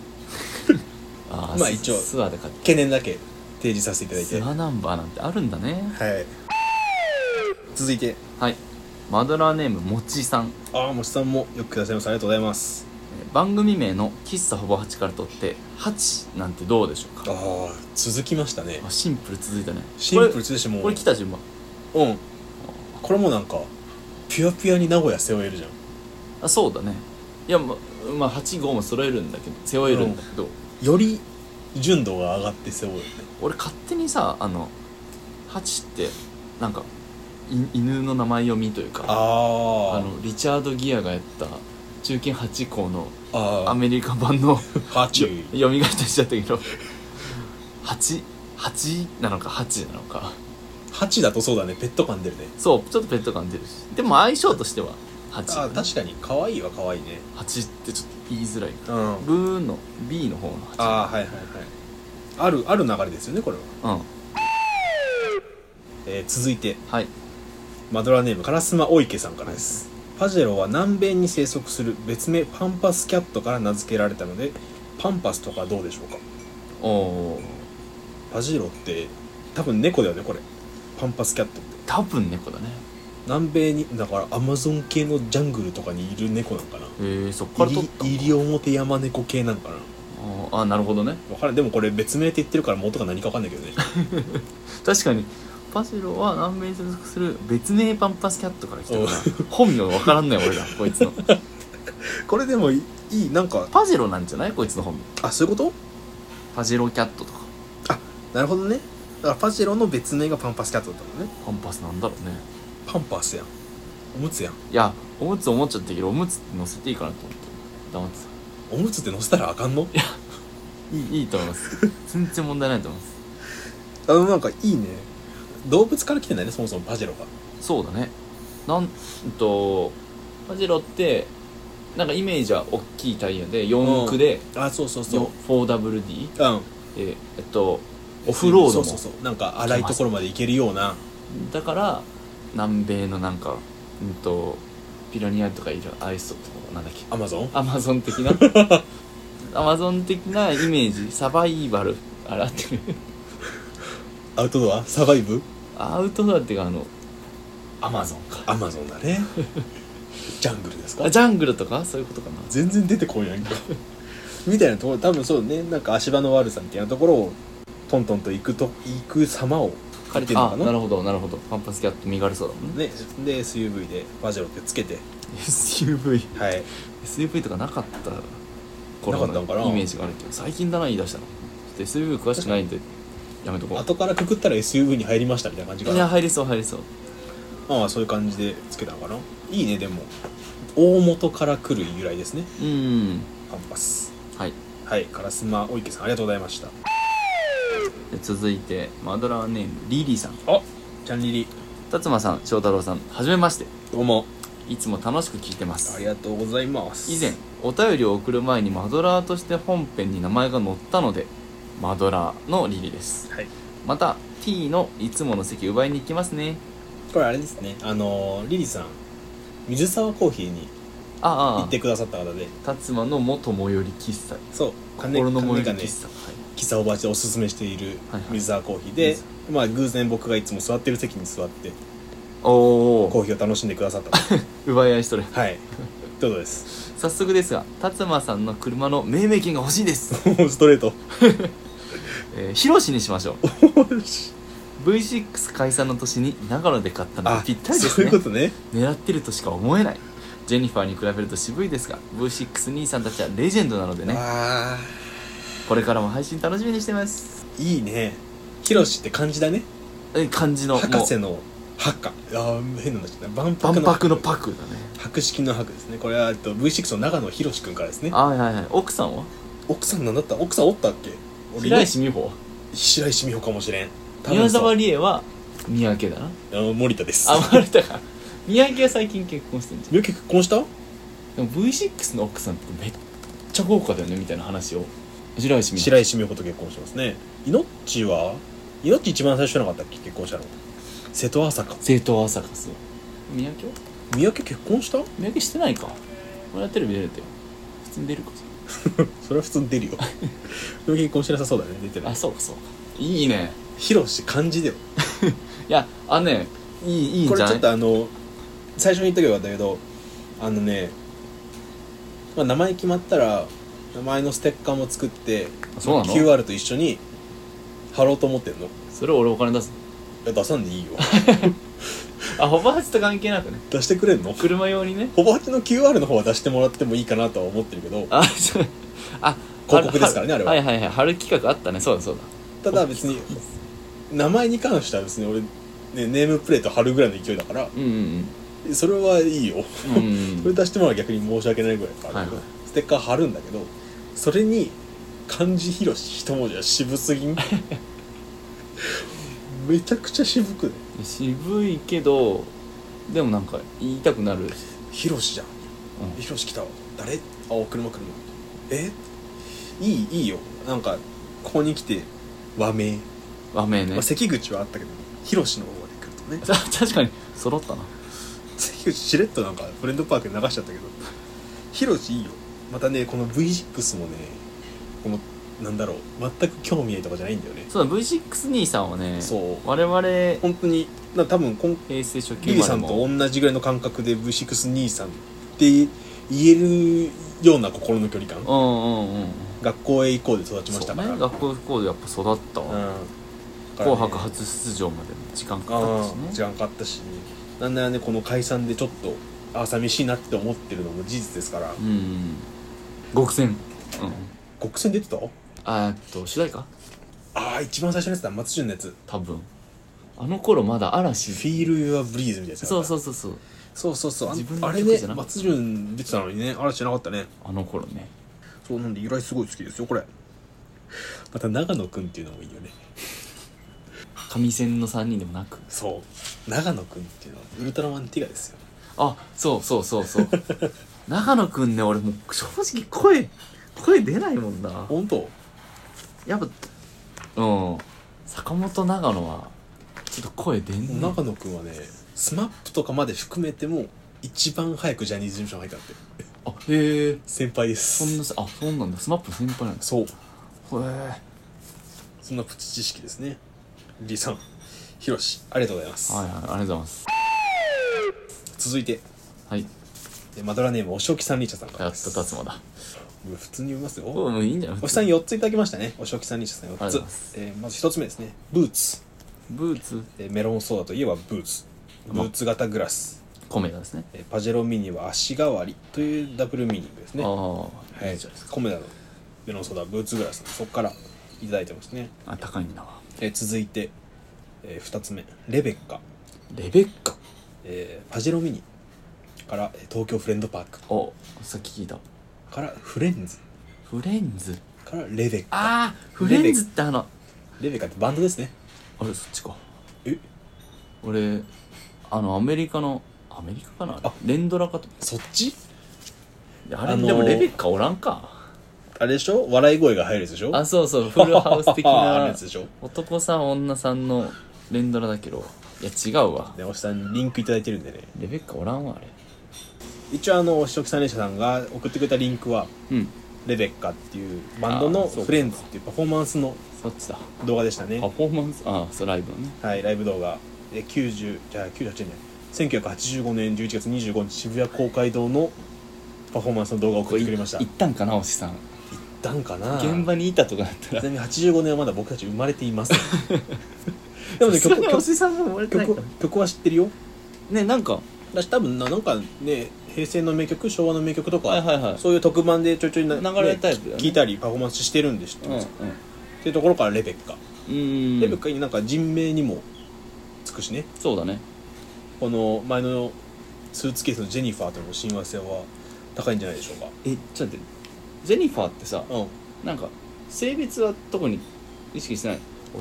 Speaker 2: あ
Speaker 1: まあ一応
Speaker 2: ツアーで買って
Speaker 1: 懸念だけ提示させていただいて
Speaker 2: ツアーナンバーなんてあるんだね
Speaker 1: はい続いて
Speaker 2: はいマドラーネームもちさん
Speaker 1: ああもちさんもよくくださいますありがとうございます
Speaker 2: えー番組名の「喫茶ほぼ8」から取って「8」なんてどうでしょう
Speaker 1: あ
Speaker 2: か
Speaker 1: あ続きましたね
Speaker 2: あシンプル続いたね
Speaker 1: シンプル
Speaker 2: こ
Speaker 1: 中しも
Speaker 2: れ
Speaker 1: う
Speaker 2: これ来た順番
Speaker 1: うんこれもなんかピュアピュアに名古屋背負えるじゃん
Speaker 2: あそうだねいやままあ8号も揃えるんだけど背負えるんだけど、
Speaker 1: より純度が上がって背負うよね
Speaker 2: 俺勝手にさあの8ってなんかい犬の名前読みというか
Speaker 1: あ
Speaker 2: あのリチャード・ギアがやった中堅8校のア
Speaker 1: あ
Speaker 2: メリカ版の
Speaker 1: ハチ
Speaker 2: よ読み方しちゃったけど8 8なのか8なのか
Speaker 1: ハチだとそうだねペット感出るね
Speaker 2: そうちょっとペット感出るしでも相性としては8、
Speaker 1: あー確かに可愛いは可愛いね
Speaker 2: 8ってちょっと言いづらい
Speaker 1: うんあ
Speaker 2: ブーの B の方の8
Speaker 1: あーはいはいはいあるある流れですよねこれは、
Speaker 2: うん
Speaker 1: えー続いて
Speaker 2: はい
Speaker 1: マドラーネーム烏丸お池さんからですパジェロは南米に生息する別名パンパスキャットから名付けられたのでパンパスとかどうでしょうか
Speaker 2: おおー
Speaker 1: パジェロって多分猫だよねこれパンパスキャットって
Speaker 2: 多分猫だね
Speaker 1: 南米にだからアマゾン系のジャングルとかにいる猫なんかな
Speaker 2: えー、そっから取ったの
Speaker 1: イリ表山猫系なんかな
Speaker 2: あーあーなるほどね
Speaker 1: わからんでもこれ別名って言ってるから元が何かわかんないけどね
Speaker 2: 確かにパシロは南米に所属する別名パンパスキャットから来たか
Speaker 1: おう
Speaker 2: ら本名わからんない俺らこいつの
Speaker 1: これでもいいなんか
Speaker 2: パジロなんじゃないこいつの本名
Speaker 1: あそういうこと
Speaker 2: パジロキャットとか
Speaker 1: なるほどねだからパジェロの別名がパンパスキャットだったのね
Speaker 2: パンパスなんだろうね
Speaker 1: パンパスやんおむつやん
Speaker 2: いやおむつ思っちゃったけどおむつって乗せていいかなと思って黙って
Speaker 1: おむつって乗せたらあかんの
Speaker 2: たいいいいと思います全然問題ないと思います
Speaker 1: あのなんかいいね動物から来てないねそもそもパジェロが
Speaker 2: そうだねなんうんとパジロってなんかイメージは大きいタイヤで4駆で
Speaker 1: あそうそう
Speaker 2: よ
Speaker 1: う
Speaker 2: 4WD
Speaker 1: うん
Speaker 2: でえっとオフロード
Speaker 1: そ
Speaker 2: も
Speaker 1: うそうそうなんか荒いところまで行けるような
Speaker 2: だから南米のなんかうんとピラニアとかいるアイスとかなんだっけ
Speaker 1: アマゾン
Speaker 2: アマゾン 的なアマゾン的なイメージサバイバルあらってる
Speaker 1: アウトドアサバイブ
Speaker 2: アウトドアっていうかあのアマゾンか
Speaker 1: アマゾンだ ねジャングルですか
Speaker 2: あジャングルとかそういうことかな
Speaker 1: 全然出てこんやんか みたいなところ多分そうねなんか足場の悪さみたいなところをトントンと行くと行く様を
Speaker 2: 借
Speaker 1: て
Speaker 2: り
Speaker 1: る
Speaker 2: て
Speaker 1: の
Speaker 2: あ
Speaker 1: かな
Speaker 2: なるほどなるほどパンパスキャット身軽そうだもんね
Speaker 1: ねで SUV でパジェロってつけて
Speaker 2: SUVSUV
Speaker 1: はい
Speaker 2: とかなかった頃
Speaker 1: なかったんかな
Speaker 2: のイメージがあるけど最近だな言い出したのちょっと SUV 詳しくないんでやめとこ
Speaker 1: 後からくくったら SUV に入りましたみたいな感じ
Speaker 2: う
Speaker 1: か
Speaker 2: いや
Speaker 1: な
Speaker 2: 入りそう入りそう
Speaker 1: まあそういう感じでつけたのかないいねでも大元から来る由来ですね
Speaker 2: うん
Speaker 1: パンパス
Speaker 2: はい
Speaker 1: はい烏丸お池さんありがとうございました
Speaker 2: で続いてマドラーネームリリーさん
Speaker 1: あちゃんりり
Speaker 2: 辰馬さん翔太郎さんはじめまして
Speaker 1: どうも
Speaker 2: いつも楽しく聞いてま
Speaker 1: あ
Speaker 2: す
Speaker 1: りがとうございます
Speaker 2: 以前お便りを送る前にマドラーとして本編に名前が載ったのでマドラーのリリです
Speaker 1: はい
Speaker 2: また T のいつもの席奪いに行きますね
Speaker 1: これあれですねあのリリさん水沢コーヒーに
Speaker 2: ああ
Speaker 1: 行ってくださった方で
Speaker 2: 辰馬の元最寄り喫茶
Speaker 1: そう金
Speaker 2: 心の最寄
Speaker 1: 金
Speaker 2: り
Speaker 1: がね
Speaker 2: 喫茶、はい
Speaker 1: 喫茶おばあちでおすすめしている
Speaker 2: はいはい
Speaker 1: 水沢コーヒーで、
Speaker 2: 水
Speaker 1: まあ偶然僕がいつも座ってる席に座って
Speaker 2: お
Speaker 1: コ
Speaker 2: お
Speaker 1: ーヒーを楽しんでくださっ たと
Speaker 2: 奪い合いしとる
Speaker 1: はいどうぞです
Speaker 2: 早速ですが辰馬さんの車の命名権が欲し いです、
Speaker 1: もうストレー ト
Speaker 2: えー、広しにしましょう V6 解散の年に長野で買ったのがぴったりで
Speaker 1: そ
Speaker 2: す
Speaker 1: うい
Speaker 2: ね
Speaker 1: うことね
Speaker 2: 狙ってるとしか思えないジェニファーに比べると渋いですが V6 兄さんたちはレジェンドなのでね
Speaker 1: あ
Speaker 2: これからも配信楽しみにしてます
Speaker 1: ーいいねヒロシって感じだね
Speaker 2: え感じの
Speaker 1: 博士
Speaker 2: も
Speaker 1: の博かあー変な話だ万
Speaker 2: う万
Speaker 1: 博の
Speaker 2: 博のパクだね
Speaker 1: 博識の博ですねこれはえっと V6 の長野ひろし君からですね
Speaker 2: あはいはいはい奥さんは
Speaker 1: 奥さんなんだった奥さんおったっけ
Speaker 2: 平石美穂
Speaker 1: 白石美穂かもしれん多分
Speaker 2: 宮
Speaker 1: そう
Speaker 2: 沢りえは三宅だな
Speaker 1: あの森田です
Speaker 2: あバレたか三宅は最近結婚してんじ
Speaker 1: 美結婚した
Speaker 2: ゃんでも V6 の奥さんってめっちゃ豪華だよねみたいな話を白石美
Speaker 1: 白石美穂と結婚してますねイノッチはイノッチ一番最初じゃなかったっけ結婚したの瀬戸朝香
Speaker 2: 正統朝霞そう三宅は
Speaker 1: 三宅結婚した
Speaker 2: 三宅してないか俺はテレビ出れてよ普通に出るか
Speaker 1: それは普通に 出るよ三宅結婚してなさそうだね出てる
Speaker 2: あそうかそうかいいね
Speaker 1: ヒロシ漢字だよ
Speaker 2: いやあのねいいいいん
Speaker 1: こ
Speaker 2: じ
Speaker 1: れち
Speaker 2: ゃ
Speaker 1: ょ
Speaker 2: な
Speaker 1: っ
Speaker 2: い
Speaker 1: とあの最初に言ったけどだけどあのね、まあ、名前決まったら名前のステッカーも作って
Speaker 2: あそうなの
Speaker 1: QR と一緒に貼ろうと思ってんのい
Speaker 2: それ俺お金出す
Speaker 1: や出さんでいいよ
Speaker 2: あホバハチと関係なくね
Speaker 1: 出してくれんの
Speaker 2: 車用にね
Speaker 1: ほぼ8の QR の方は出してもらってもいいかなとは思ってるけど
Speaker 2: あそうあ
Speaker 1: 広告ですからねあれは
Speaker 2: はいはいはい春企画あったねそうだそうだ
Speaker 1: ただ別に名前に関しては別に俺、ね、ネームプレート貼るぐらいの勢いだから
Speaker 2: うんうん
Speaker 1: それはいいよ
Speaker 2: うんうん
Speaker 1: それ出してもらうのは逆に申し訳ないぐらいから、
Speaker 2: はいはい
Speaker 1: ステッカー貼るんだけどそれに漢字ひろし一文字は渋すぎん めちゃくちゃ渋くね
Speaker 2: 渋いけどでもなんか言いたくなる
Speaker 1: ひろしじゃん
Speaker 2: う
Speaker 1: ひろし来たわ誰あ車車えいいいいよなんかここに来て和名、
Speaker 2: 和名ね
Speaker 1: まあ、関口はあったけどひろしの方まで来るとね
Speaker 2: た 確かに揃ったな
Speaker 1: 関口しれっとなんかフレンドパークで流しちゃったけどヒロシいいよまたねこの V6 もねこのなんだろう全く興味ないとかじゃないんだよね
Speaker 2: そうだ V6 兄さんはね
Speaker 1: そう
Speaker 2: 我々平
Speaker 1: 本当にな多分こん
Speaker 2: 成初期
Speaker 1: リリさ
Speaker 2: まで
Speaker 1: んと
Speaker 2: も
Speaker 1: 同じぐらいの感覚で V6 兄さんって言えるような心の距離感
Speaker 2: うんうんうん
Speaker 1: 学校へ行こうで育ちました
Speaker 2: そう
Speaker 1: から
Speaker 2: ね学校不校でやっぱ育ったわ、
Speaker 1: うん
Speaker 2: 紅白初出場までも時間かかったし
Speaker 1: うん
Speaker 2: ね
Speaker 1: 時間かかったしなんならねこの解散でちょっとあ寂しいなって思ってるのも事実ですから
Speaker 2: うんうん極戦うん
Speaker 1: 極戦出てた
Speaker 2: あーっと主題歌
Speaker 1: ああ一番最初のやつだ松潤のやつ
Speaker 2: 多分あの頃まだ嵐
Speaker 1: フィール・ユア・ブリーズみたいなやつ
Speaker 2: そうそううそうそう
Speaker 1: そうそうそうあ
Speaker 2: 自分
Speaker 1: の
Speaker 2: の
Speaker 1: あれ
Speaker 2: 曲
Speaker 1: ね
Speaker 2: じゃなかった
Speaker 1: 松潤出てたのにね嵐じゃなかったね
Speaker 2: あの頃ね
Speaker 1: そうなんで由来すごい好きですよこれまた長野くんっていうのもいいよね
Speaker 2: 上線の3人でもなく
Speaker 1: そう長野くんっていうのはウルトラマンティガですよ
Speaker 2: あそうそうそうそう 長野くんね俺もう正直声声出ないもんな
Speaker 1: 本当
Speaker 2: やっぱうん坂本長野はちょっと声出んね
Speaker 1: 長野くんはねスマップとかまで含めても一番早くジャニーズ事務所に入ったって
Speaker 2: あへえ
Speaker 1: 先輩で
Speaker 2: そん
Speaker 1: す
Speaker 2: なさあそうなんだスマップ先輩なんです
Speaker 1: そう
Speaker 2: へえ
Speaker 1: そんなプチ知識ですねリーさんヒロシありがとうございます、
Speaker 2: はいはいありがとうございます
Speaker 1: 続いて
Speaker 2: はい
Speaker 1: えマドラーネームおしおきさんリーチャさんから
Speaker 2: やっ
Speaker 1: で
Speaker 2: と
Speaker 1: す
Speaker 2: 達馬だ
Speaker 1: もう普通に読みますよ
Speaker 2: おもういいんじゃない
Speaker 1: おじさん4ついただきましたねおしおきさんにしたさん4
Speaker 2: ありが
Speaker 1: つま
Speaker 2: とうございます
Speaker 1: えーまず1つ目ですねブーツ、
Speaker 2: ブーツ
Speaker 1: えーメロンソーダといえばブーツブーツ型グラス、
Speaker 2: コメダですね
Speaker 1: えーパジェロミニは足代わりというダブルミーニングですね
Speaker 2: ああ
Speaker 1: は
Speaker 2: ーい
Speaker 1: い
Speaker 2: いじゃないですか
Speaker 1: コメダのメロンソーダブーツグラスそこからいただいてますね、
Speaker 2: あ高いんだわ
Speaker 1: えー続いて、え2つ目レベッカ、
Speaker 2: レベッカ
Speaker 1: えーパジェロミニからえー東京フレンドパーク
Speaker 2: おさっき聞いた
Speaker 1: からフレンズ
Speaker 2: フレンズ
Speaker 1: からレベッカ
Speaker 2: ああフレンズってあの
Speaker 1: レベッカってバンドですね
Speaker 2: あれそっちか
Speaker 1: え
Speaker 2: 俺あのアメリカのアメリカかな
Speaker 1: あ
Speaker 2: 連ドラかと
Speaker 1: そっち
Speaker 2: あれ、
Speaker 1: あのー
Speaker 2: でもレベッカおらんか
Speaker 1: あれでしょ笑い声が入るやつでしょ
Speaker 2: あそうそうフルハウス的
Speaker 1: ある
Speaker 2: な
Speaker 1: やつでしょ
Speaker 2: 男さん女さんの連ドラだけどいや違うわ
Speaker 1: でおしさんリンクいただいてるんでね
Speaker 2: レベッカおらんわあれ
Speaker 1: 一応あのおしおき三連射さんが送ってくれたリンクは
Speaker 2: うん
Speaker 1: レベッカっていうバンドの
Speaker 2: あーそうか
Speaker 1: フレンズっていうパフォーマンスの
Speaker 2: そっちだ
Speaker 1: 動画でしたね
Speaker 2: パフォーマンスああそうライブのね
Speaker 1: はいライブ動画え90じゃあ98年1985年11月25日渋谷公会堂のパフォーマンスの動画を送ってくれました
Speaker 2: い行ったんかなおしさん
Speaker 1: ったんかな
Speaker 2: 現場にいたとかだったら
Speaker 1: ちなみに85年はまだ僕たち生まれていま せんでもね曲曲
Speaker 2: さんが生まれ
Speaker 1: 曲曲は知ってるよ
Speaker 2: ねなんか
Speaker 1: だし多分ななんかね平成の名曲昭和の名曲とか、
Speaker 2: はいはいはい
Speaker 1: そういう特番でちょいちょいな
Speaker 2: 流れるタイプだよね
Speaker 1: 聞いたりパフォーマンスしてるんで知って
Speaker 2: うん
Speaker 1: ま
Speaker 2: うん
Speaker 1: す、っていうところからレベッカ、
Speaker 2: うーん
Speaker 1: レベッカになんか人名にもつくしね
Speaker 2: そうだね
Speaker 1: この前のスーツケースのジェニファーとの親和性は高いんじゃないでしょうか
Speaker 2: えちょっと待ってジェニファーってさ
Speaker 1: う
Speaker 2: なんか性別は特に意識してない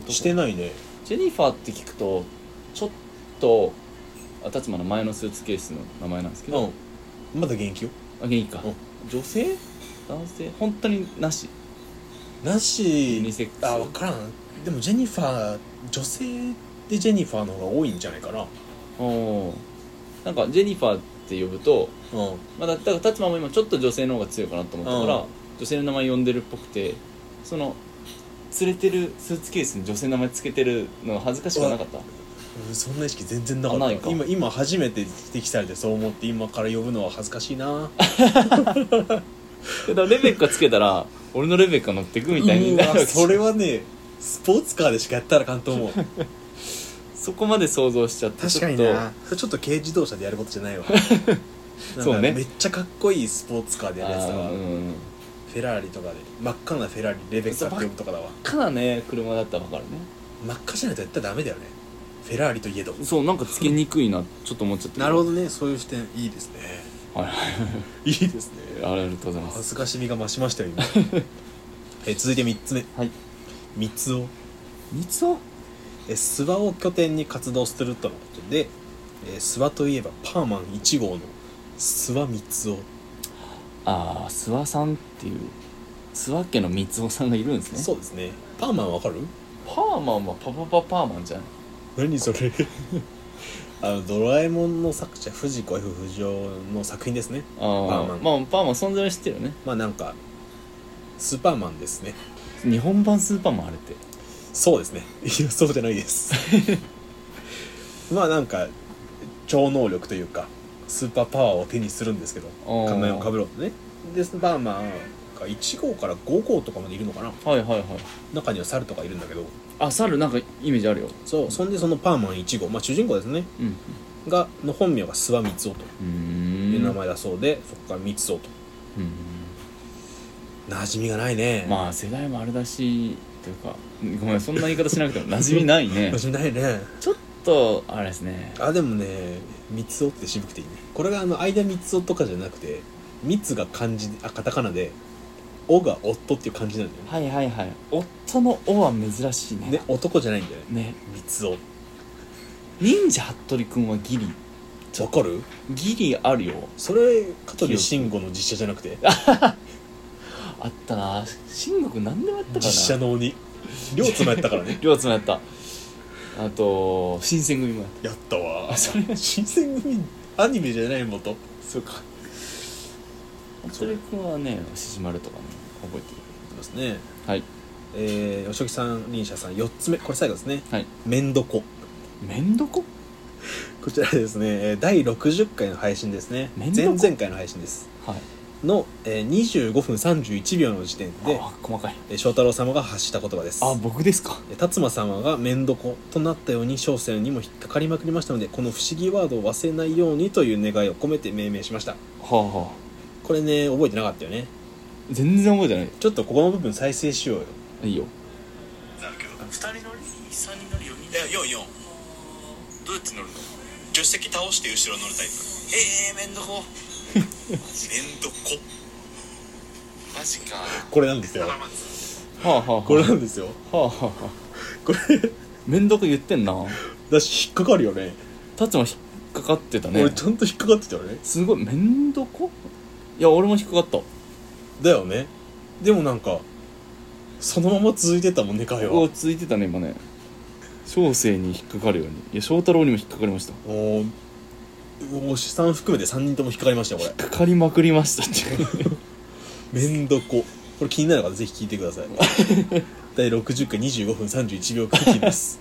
Speaker 1: んしてないね
Speaker 2: ジェニファーって聞くとちょっとあたつまの前のスーツケースの名前なんですけど、
Speaker 1: うんまだ元気よ
Speaker 2: あ元気か、
Speaker 1: う
Speaker 2: 女性男性本当になし
Speaker 1: なし
Speaker 2: ユニセックス
Speaker 1: あ分からんでもジェニファー女性でジェニファーの方が多いんじゃないかな
Speaker 2: おおなんかジェニファーって呼ぶと、
Speaker 1: うん
Speaker 2: まあ、だだからたつまも今ちょっと女性の方が強いかなと思ったから、
Speaker 1: うん
Speaker 2: 女性の名前呼んでるっぽくてその連れてるスーツケースに女性の名前つけてるの恥ずかしくはなかった
Speaker 1: うんそんな意識全然なかった
Speaker 2: あないか
Speaker 1: 今今初めて指摘されてそう思って今から呼ぶのは恥ずかしいな
Speaker 2: だからレベッカつけたら俺のレベッカ乗ってくみたいに
Speaker 1: う
Speaker 2: なるわけ
Speaker 1: わ
Speaker 2: じゃん
Speaker 1: それはねスポーツカーでしかやったらあかんと思う
Speaker 2: そこまで想像しちゃって
Speaker 1: それちょっと軽自動車でやることじゃ ないわ
Speaker 2: そう
Speaker 1: なん
Speaker 2: ね
Speaker 1: かめっちゃかっこいいスポーツカーで
Speaker 2: ち
Speaker 1: や
Speaker 2: ょっ
Speaker 1: るやつだ
Speaker 2: と
Speaker 1: わ
Speaker 2: あーうんうんうん
Speaker 1: フェラーリとかで真っ赤なフェラーリレベッカって呼ぶとかだわ
Speaker 2: からね車だったら分かるね
Speaker 1: 真っ赤じゃないとやったらダメだよねフェラーリといえど
Speaker 2: そうなんかつけにくいなちょっと思っちゃった
Speaker 1: なるほどねそういう視点いいですね
Speaker 2: ど、はい、
Speaker 1: いいですね
Speaker 2: ありがとうございます
Speaker 1: 恥ずかしみが増しましたよ 今え続いて3つ目
Speaker 2: はい
Speaker 1: 三つを
Speaker 2: 三つお
Speaker 1: えー諏訪を拠点に活動するとのことで、えー諏訪といえばパーマン1号の諏訪光
Speaker 2: ああ諏訪さんっていう諏訪家の三つおさんがいるんです
Speaker 1: 雄
Speaker 2: ね
Speaker 1: そうですねパーマンわかる
Speaker 2: パーマンはパパパパーマンじゃない
Speaker 1: 何それ あのドラえもんの作者藤子 F 不二雄の作品ですね
Speaker 2: あー
Speaker 1: パーマン
Speaker 2: まあパーマン存在は知ってるよね
Speaker 1: まあなんかスーパーマンですね
Speaker 2: 日本版スーパーマンあれって
Speaker 1: そうですね いやそうじゃないです まあなんか超能力というかスーパーパワーを手にするんですけど
Speaker 2: おー
Speaker 1: 仮面をかぶろうとねでスーパーマンが1号から5号とかまでいるのかな
Speaker 2: はいはいはい
Speaker 1: 中には猿とかいるんだけど
Speaker 2: あ猿なんかイメージあるよ
Speaker 1: そうそんでそのパーマン1号まあ主人公ですね
Speaker 2: うん
Speaker 1: がの本名が諏訪光雄
Speaker 2: う
Speaker 1: と
Speaker 2: ん
Speaker 1: いう名前だそうで、そこから光雄と
Speaker 2: うん
Speaker 1: 馴染みがないね
Speaker 2: まあ世代もあれだしというかごめんそんな言い方しなくても馴染みない ね
Speaker 1: 馴染みないね
Speaker 2: ちょっとあれですね
Speaker 1: あでもね光雄って渋くていいねこれがあの間光雄とかじゃなくて光が漢字であカタカナで「お」が「夫」っていう漢字なんだよね
Speaker 2: はいはいはい夫の「お」は珍しいね
Speaker 1: ね男じゃないんだよね
Speaker 2: ね
Speaker 1: 光雄
Speaker 2: 忍者服部君はギリ
Speaker 1: わかる
Speaker 2: ギリあるよ
Speaker 1: それ香取慎吾の実写じゃなくて
Speaker 2: あったな慎吾君何でもやったからな
Speaker 1: 実写の鬼両妻やったから ね
Speaker 2: 両津もやったあと新選組もや
Speaker 1: や
Speaker 2: っ
Speaker 1: ったわ
Speaker 2: たそれ
Speaker 1: 新選組アニメじゃないもと
Speaker 2: そうか服部君はね獅子丸とかね覚えてる
Speaker 1: そうですね
Speaker 2: はい
Speaker 1: えー、おしょきさん、りんしゃさん、4つ目、これ最後ですね。
Speaker 2: はい
Speaker 1: めんどこ。
Speaker 2: めんどこ
Speaker 1: こちらですね、えー第60回の配信ですね。
Speaker 2: めんど
Speaker 1: 前
Speaker 2: こ
Speaker 1: 々回の配信です。
Speaker 2: はい
Speaker 1: の、えー、25分31秒の時点で、
Speaker 2: あ細かい
Speaker 1: えー翔太郎様が発した言葉です。
Speaker 2: あ僕ですか
Speaker 1: えー辰馬様がめんどことなったように小生にも引っかかりまくりましたのでこの不思議ワードを忘れないようにという願いを込めて命名しました
Speaker 2: はあはあ
Speaker 1: これね覚えてなかったよね
Speaker 2: 全然覚えてない
Speaker 1: ちょっとここの部分再生しようよ
Speaker 2: いいよ
Speaker 5: なるけど2人乗り3人乗り4人乗りいや44どうやって乗るの助手席倒して後ろ乗るタイプへえめん どこめんどこマジか
Speaker 1: これなんですよ
Speaker 2: はあはあはあ
Speaker 1: これなんですよ
Speaker 2: はあはあはあ
Speaker 1: これ
Speaker 2: めんどく言ってんな
Speaker 1: だし引っかかるよね
Speaker 2: 達馬引っかかってたね
Speaker 1: 俺ちゃんと引っかかってたよね
Speaker 2: すごいめんどこいや俺も引っかかった
Speaker 1: だよねでもなんかそのまま続いてたもんね会
Speaker 2: お
Speaker 1: 話
Speaker 2: ついてたね今ね小生に引っかかるようにいや翔太郎にも引っかかりました
Speaker 1: おーおお資産含めて3人とも引っかかりましたよこれ
Speaker 2: かかりまくりましたっていう
Speaker 1: めんどここれ気になる方ぜひ聞いてください 第60回25分31秒付近です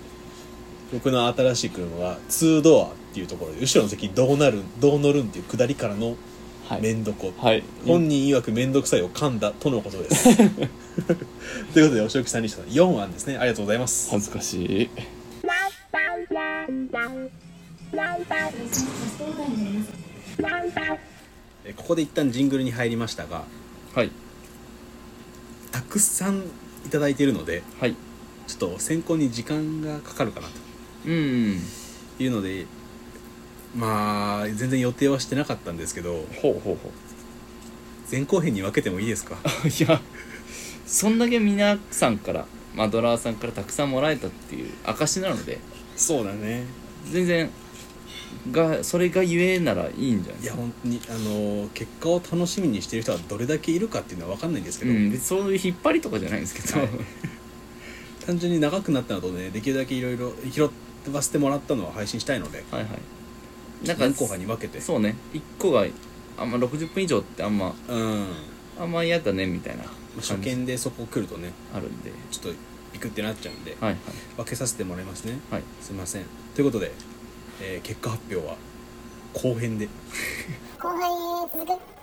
Speaker 1: 僕の新しい車は2ドアっていうところで後ろの席どうなるどう乗るんっていう下りからの
Speaker 2: は
Speaker 1: め
Speaker 2: い、
Speaker 1: んどこ、
Speaker 2: はい、
Speaker 1: 本人曰くめんどくさいを噛んだとのことです ということでお仕置きさんにした4案ですねありがとうございます
Speaker 2: 恥ずかしい
Speaker 1: えここで一旦ジングルに入りましたが
Speaker 2: はい
Speaker 1: たくさんいただいているので
Speaker 2: はい
Speaker 1: ちょっと選考に時間がかかるかなと
Speaker 2: うん
Speaker 1: いうのでまあ全然予定はしてなかったんですけど
Speaker 2: ほうほうほう
Speaker 1: 前後編に分けてもいいですか
Speaker 2: いやそんだけ皆さんからマドラーさんからたくさんもらえたっていう証なので
Speaker 1: そうだね
Speaker 2: 全然がそれがゆえならいいんじゃない
Speaker 1: い
Speaker 2: で
Speaker 1: や
Speaker 2: すか
Speaker 1: 本当にあの結果を楽しみにしてる人はどれだけいるかっていうのは分かんないんですけ
Speaker 2: う
Speaker 1: ど、
Speaker 2: ん、別にそういう引っ張りとかじゃないんですけど、
Speaker 1: はい単純に長くなったのとねできるだけいろいろ拾わせてもらったのは配信したいので
Speaker 2: はいはいなんか
Speaker 1: 前後半に分けて
Speaker 2: そうね1個があんま60分以上ってあんま
Speaker 1: うん
Speaker 2: あんま嫌だねみたいな
Speaker 1: まあ初見でそこ来るとね
Speaker 2: あるんで
Speaker 1: ちょっとビクってなっちゃうんで
Speaker 2: はいはい
Speaker 1: 分けさせてもらいますね
Speaker 2: はい
Speaker 1: すいませんということで、えー結果発表は後編で
Speaker 6: 後半へ続く